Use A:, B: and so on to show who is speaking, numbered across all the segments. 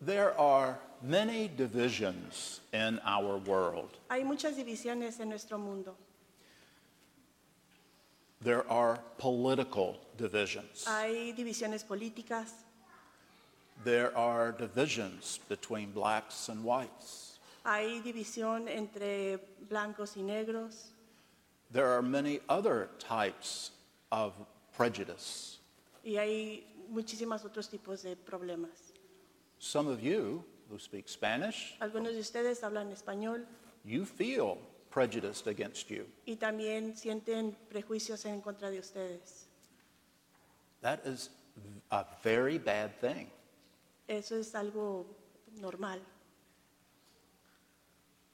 A: There are many divisions in our world.
B: Hay muchas divisiones en nuestro mundo.
A: There are political divisions.
B: Hay divisiones políticas,
A: There are divisions between blacks and whites.
B: hay división entre blancos y negros,
A: There are many other types of prejudice.
B: y hay muchísimos otros tipos de problemas.
A: Some of you who speak Spanish,
B: Algunos de ustedes hablan español
A: you feel prejudiced against you.
B: y también sienten prejuicios en contra de ustedes.
A: That is a very bad thing.
B: Eso es algo normal.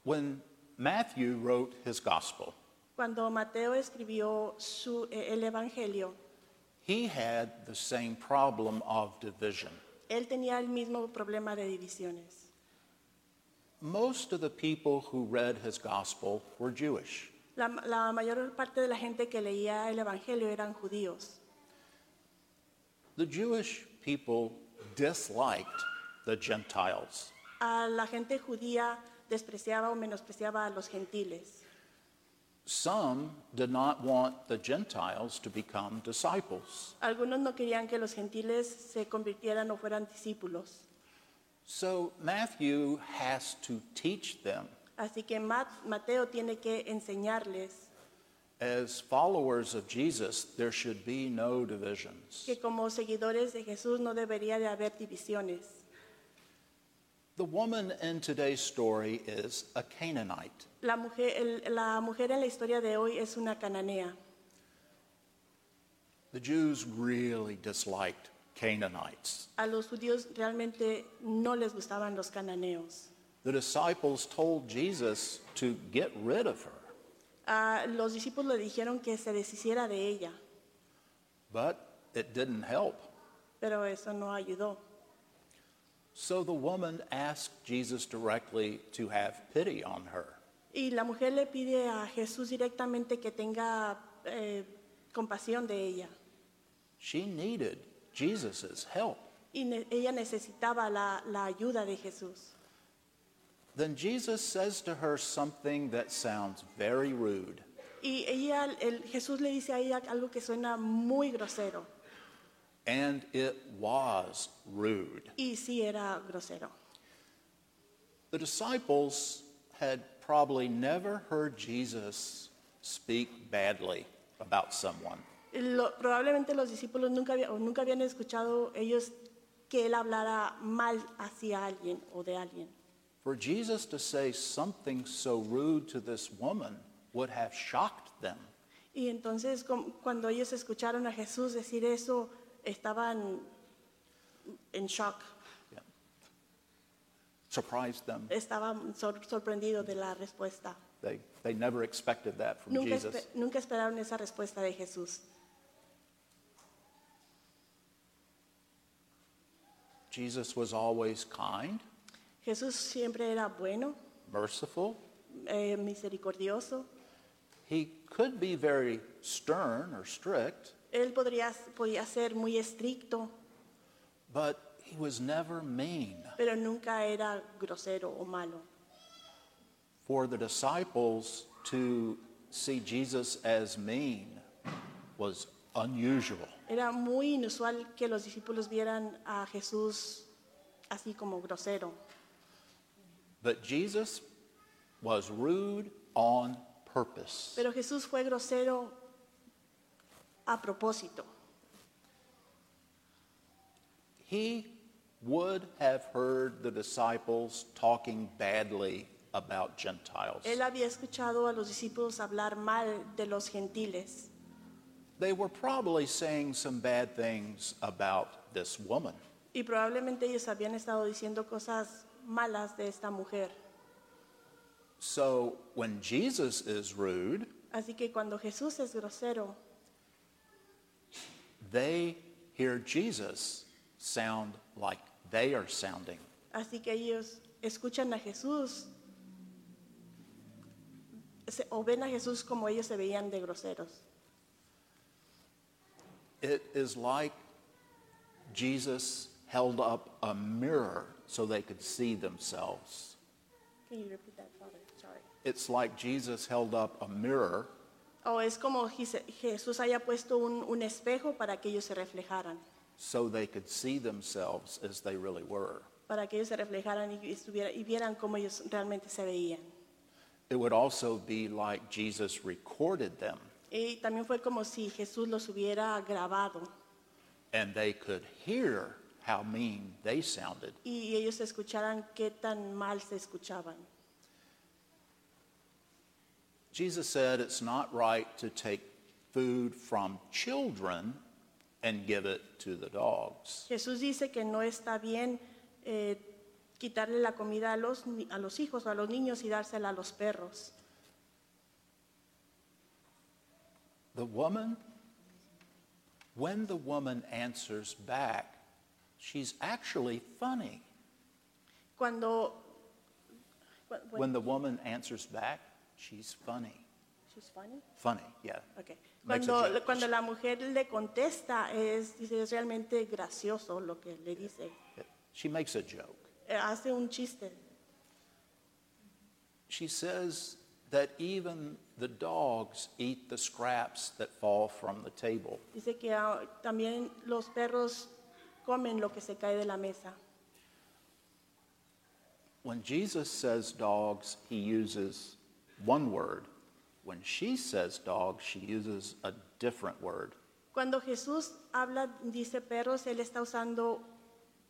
A: When Matthew wrote his gospel,
B: Cuando Mateo escribió su- eh, el Evangelio,
A: he had the same problem of division.
B: él tenía el mismo problema de divisiones.
A: Most of the people who read his gospel were Jewish.
B: La, la mayor parte de la gente que leía el Evangelio eran judíos.
A: The Jewish people disliked the Gentiles.
B: A la gente judía despreciaba o menospreciaba a los gentiles.
A: Some did not want the Gentiles to become disciples.
B: Algunos no querían que los gentiles se convirtieran o fueran discípulos.
A: So Matthew has to teach them
B: Así que Mat- Mateo tiene que enseñarles
A: as followers of Jesus, there should be no divisions.
B: que como seguidores de Jesús no debería de haber divisiones.
A: The woman in today's story is a Canaanite.
B: La mujer, el- la mujer en la historia de hoy es una cananea.
A: The Jews really disliked Canaanites.
B: A los judíos realmente no les gustaban los cananeos.
A: The disciples told Jesus to get rid of her,
B: Ah, los discípulos le dijeron que se deshiciera de ella,
A: but it didn't help.
B: pero eso no ayudó.
A: So the woman asked Jesus directly to have pity on her.
B: Y la mujer le pide a Jesús directamente que tenga eh, compasión de ella.
A: She needed Jesus' help.
B: Y ne- ella necesitaba la, la ayuda de Jesús.
A: Then Jesus says to her something that sounds very rude.
B: Y ella, el- Jesús le dice a ella algo que suena muy grosero.
A: And it was rude.
B: Y sí era grosero.
A: The disciples had probably never heard Jesus speak badly about someone.
B: Lo- probablemente los discípulos nunca, había- o nunca habían escuchado ellos que él hablara mal hacia alguien o de alguien.
A: For Jesus to say something so rude to this woman would have shocked them.
B: Y entonces com- cuando ellos escucharon a Jesús decir eso, estaban en shock,
A: Yeah. Surprised them.
B: estaban sor- sorprendidos de la respuesta.
A: They, they never expected that from
B: Nunca,
A: Jesus.
B: espe- nunca esperaron esa respuesta de Jesús.
A: Jesus was always kind,
B: Jesús siempre era bueno,
A: merciful.
B: eh, misericordioso.
A: He could be very stern or strict,
B: Él podría, podía ser muy estricto,
A: but he was never mean.
B: pero nunca era grosero o malo.
A: For the disciples to see Jesus as mean was unusual.
B: Era muy inusual que los discípulos vieran a Jesús así como grosero,
A: But Jesus was rude on purpose.
B: pero Jesús fue grosero a propósito.
A: He would have heard the disciples talking badly about Gentiles.
B: Él había escuchado a los discípulos hablar mal de los gentiles.
A: They were probably saying some bad things about this woman.
B: Y probablemente ellos habían estado diciendo cosas malas de esta mujer.
A: So when Jesus is rude,
B: Así que cuando Jesús es grosero,
A: they hear Jesus sound like they are sounding.
B: Así que ellos escuchan a Jesús se- o ven a Jesús como ellos se veían de groseros.
A: It is like Jesus held up a mirror so they could see themselves.
B: Can you repeat that, Father? Sorry.
A: It's like Jesus held up a mirror
B: O es como Jise- Jesús haya puesto un, un espejo para que ellos se reflejaran,
A: so they could see themselves as they really were.
B: para que ellos se reflejaran y, estuviera- y vieran cómo ellos realmente se veían.
A: It would also be like Jesus recorded them
B: Y también fue como si Jesús los hubiera grabado
A: and they could hear how mean they sounded.
B: y ellos escucharan qué tan mal se escuchaban.
A: Jesus said it's not right to take food from children and give it to the dogs.
B: Jesús dice que no está bien eh, quitarle la comida a los, ni- a los hijos o a los niños y dársela a los perros.
A: The woman, when the woman answers back, she's actually funny.
B: Cuando... cu- cu-
A: When the woman answers back, she's funny.
B: She's funny.
A: Funny, yeah.
B: Ok.
A: Makes a joke.
B: Cuando, cuando la mujer le contesta, es, dice, es realmente gracioso lo que le dice.
A: She makes a joke.
B: Eh, Hace un chiste.
A: She says that even the dogs eat the scraps that fall from the table.
B: Dice que ah, también los perros comen lo que se cae de la mesa.
A: When Jesus says dogs, he uses one word. When she says dogs, she uses a different word.
B: Cuando Jesús habla, dice perros, él está usando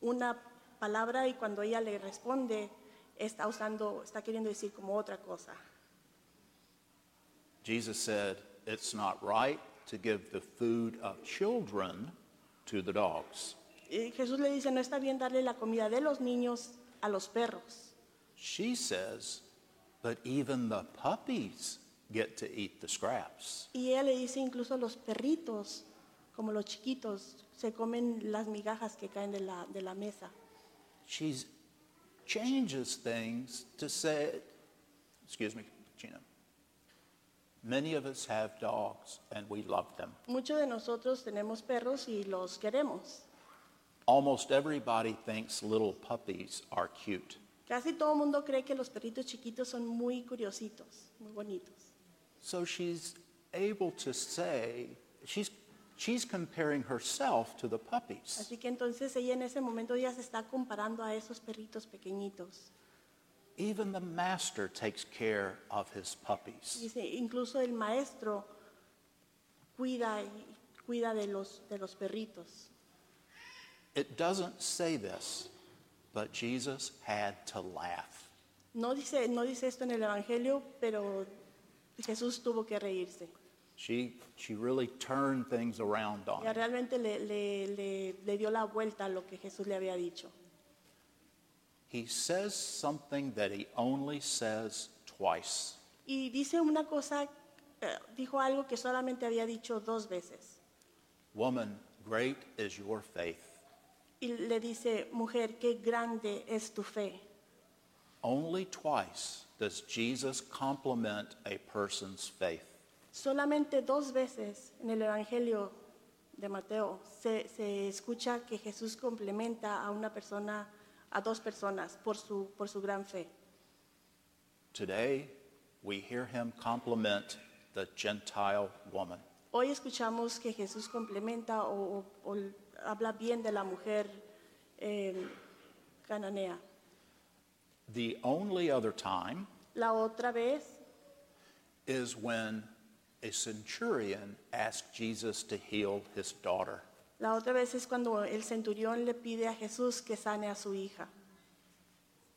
B: una palabra y cuando ella le responde, está usando, está queriendo decir como otra cosa.
A: Jesus said, It's not right to give the food of children to the dogs.
B: Y Jesús le dice, no está bien darle la comida de los niños a los perros.
A: She says, But even the puppies get to eat the scraps.
B: Y ella le dice incluso los perritos, como los chiquitos, se comen las migajas que caen de la, de la mesa.
A: she changes things to say, excuse me, Gina. Many of us have dogs and we love them.
B: Muchos de nosotros tenemos perros y los queremos.
A: Almost everybody thinks little puppies are cute.
B: Casi todo el mundo cree que los perritos chiquitos son muy curiositos, muy bonitos.
A: So she's able to say, she's, she's comparing herself to the puppies.
B: Así que entonces ella en ese momento ya se está comparando a esos perritos pequeñitos.
A: Even the master takes care of his puppies.
B: Dice, incluso el maestro cuida, y- cuida de, los, de los perritos.
A: It doesn't say this, but Jesus had to laugh.
B: No dice, no dice esto en el Evangelio, pero Jesús tuvo que reírse.
A: She, she really turned things around on
B: Ella
A: him.
B: realmente le, le- le- le dio la vuelta a lo que Jesús le había dicho.
A: He says something that he only says twice.
B: Y dice una cosa, eh, dijo algo que solamente había dicho dos veces.
A: Woman, great is your faith.
B: Y le dice, mujer, qué grande es tu fe.
A: Only twice does Jesus compliment a person's faith.
B: Solamente dos veces en el Evangelio de Mateo se, se escucha que Jesús complementa a una persona, a dos personas, por su, por su gran fe.
A: Today, we hear him compliment the Gentile woman.
B: Hoy escuchamos que Jesús complementa o, o- o habla bien de la mujer eh, cananea.
A: The only other time
B: La otra vez
A: is when a centurion asked Jesus to heal his daughter.
B: La otra vez es cuando el centurión le pide a Jesús que sane a su hija.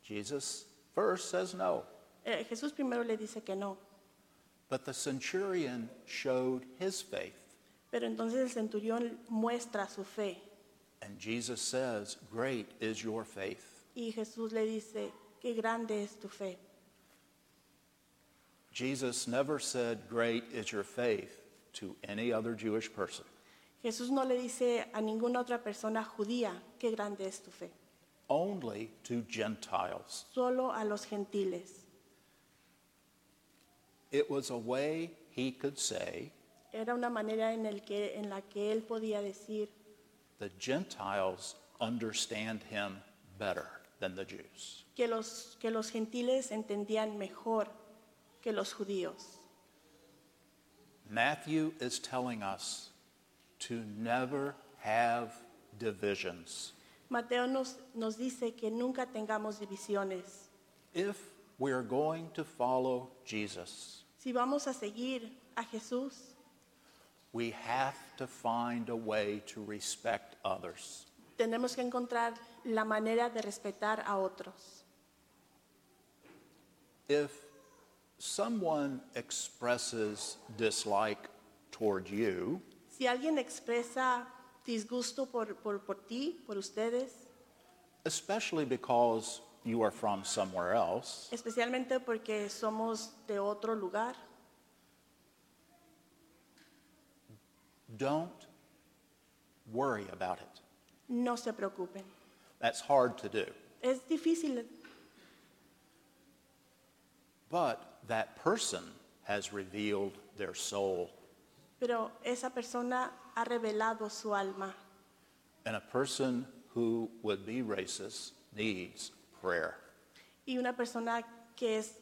A: Jesus first says no.
B: Eh, Jesús primero le dice que no,
A: But the centurion showed his faith,
B: pero entonces el centurión muestra su fe
A: and Jesus says, Great is your faith.
B: y Jesús le dice, qué grande es tu fe.
A: Jesus never said, Great is your faith to any other Jewish person.
B: Jesús no le dice a ninguna otra persona judía, qué grande es tu fe,
A: Only to Gentiles.
B: solo a los gentiles.
A: It was a way he could say,
B: Era una manera en, el que, en la que él podía decir,
A: The Gentiles understand him better than the Jews.
B: que los, que los gentiles entendían mejor que los judíos.
A: Matthew is telling us to never have divisions.
B: Mateo nos, nos dice que nunca tengamos divisiones.
A: If we are going to follow Jesus,
B: Si vamos a seguir a Jesús,
A: we have to find a way to respect others.
B: tenemos que encontrar la manera de respetar a otros.
A: If someone expresses dislike toward you,
B: Si alguien expresa disgusto por, por, por ti, por ustedes,
A: especially because you are from somewhere else,
B: especialmente porque somos de otro lugar,
A: don't worry about it.
B: no se preocupen.
A: That's hard to do.
B: Es difícil,
A: But that person has revealed their soul,
B: pero esa persona ha revelado su alma
A: and a person who would be racist needs prayer.
B: y una persona que es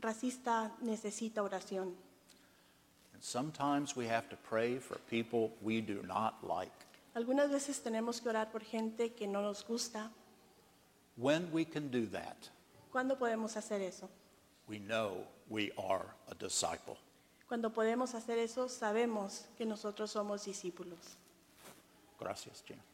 B: racista necesita oración.
A: And sometimes we have to pray for people we do not like.
B: Algunas veces tenemos que orar por gente que no nos gusta.
A: When we can do that,
B: ¿Cuándo podemos hacer eso?
A: we know we are a disciple.
B: Cuando podemos hacer eso, sabemos que nosotros somos discípulos.
A: Gracias, Gina.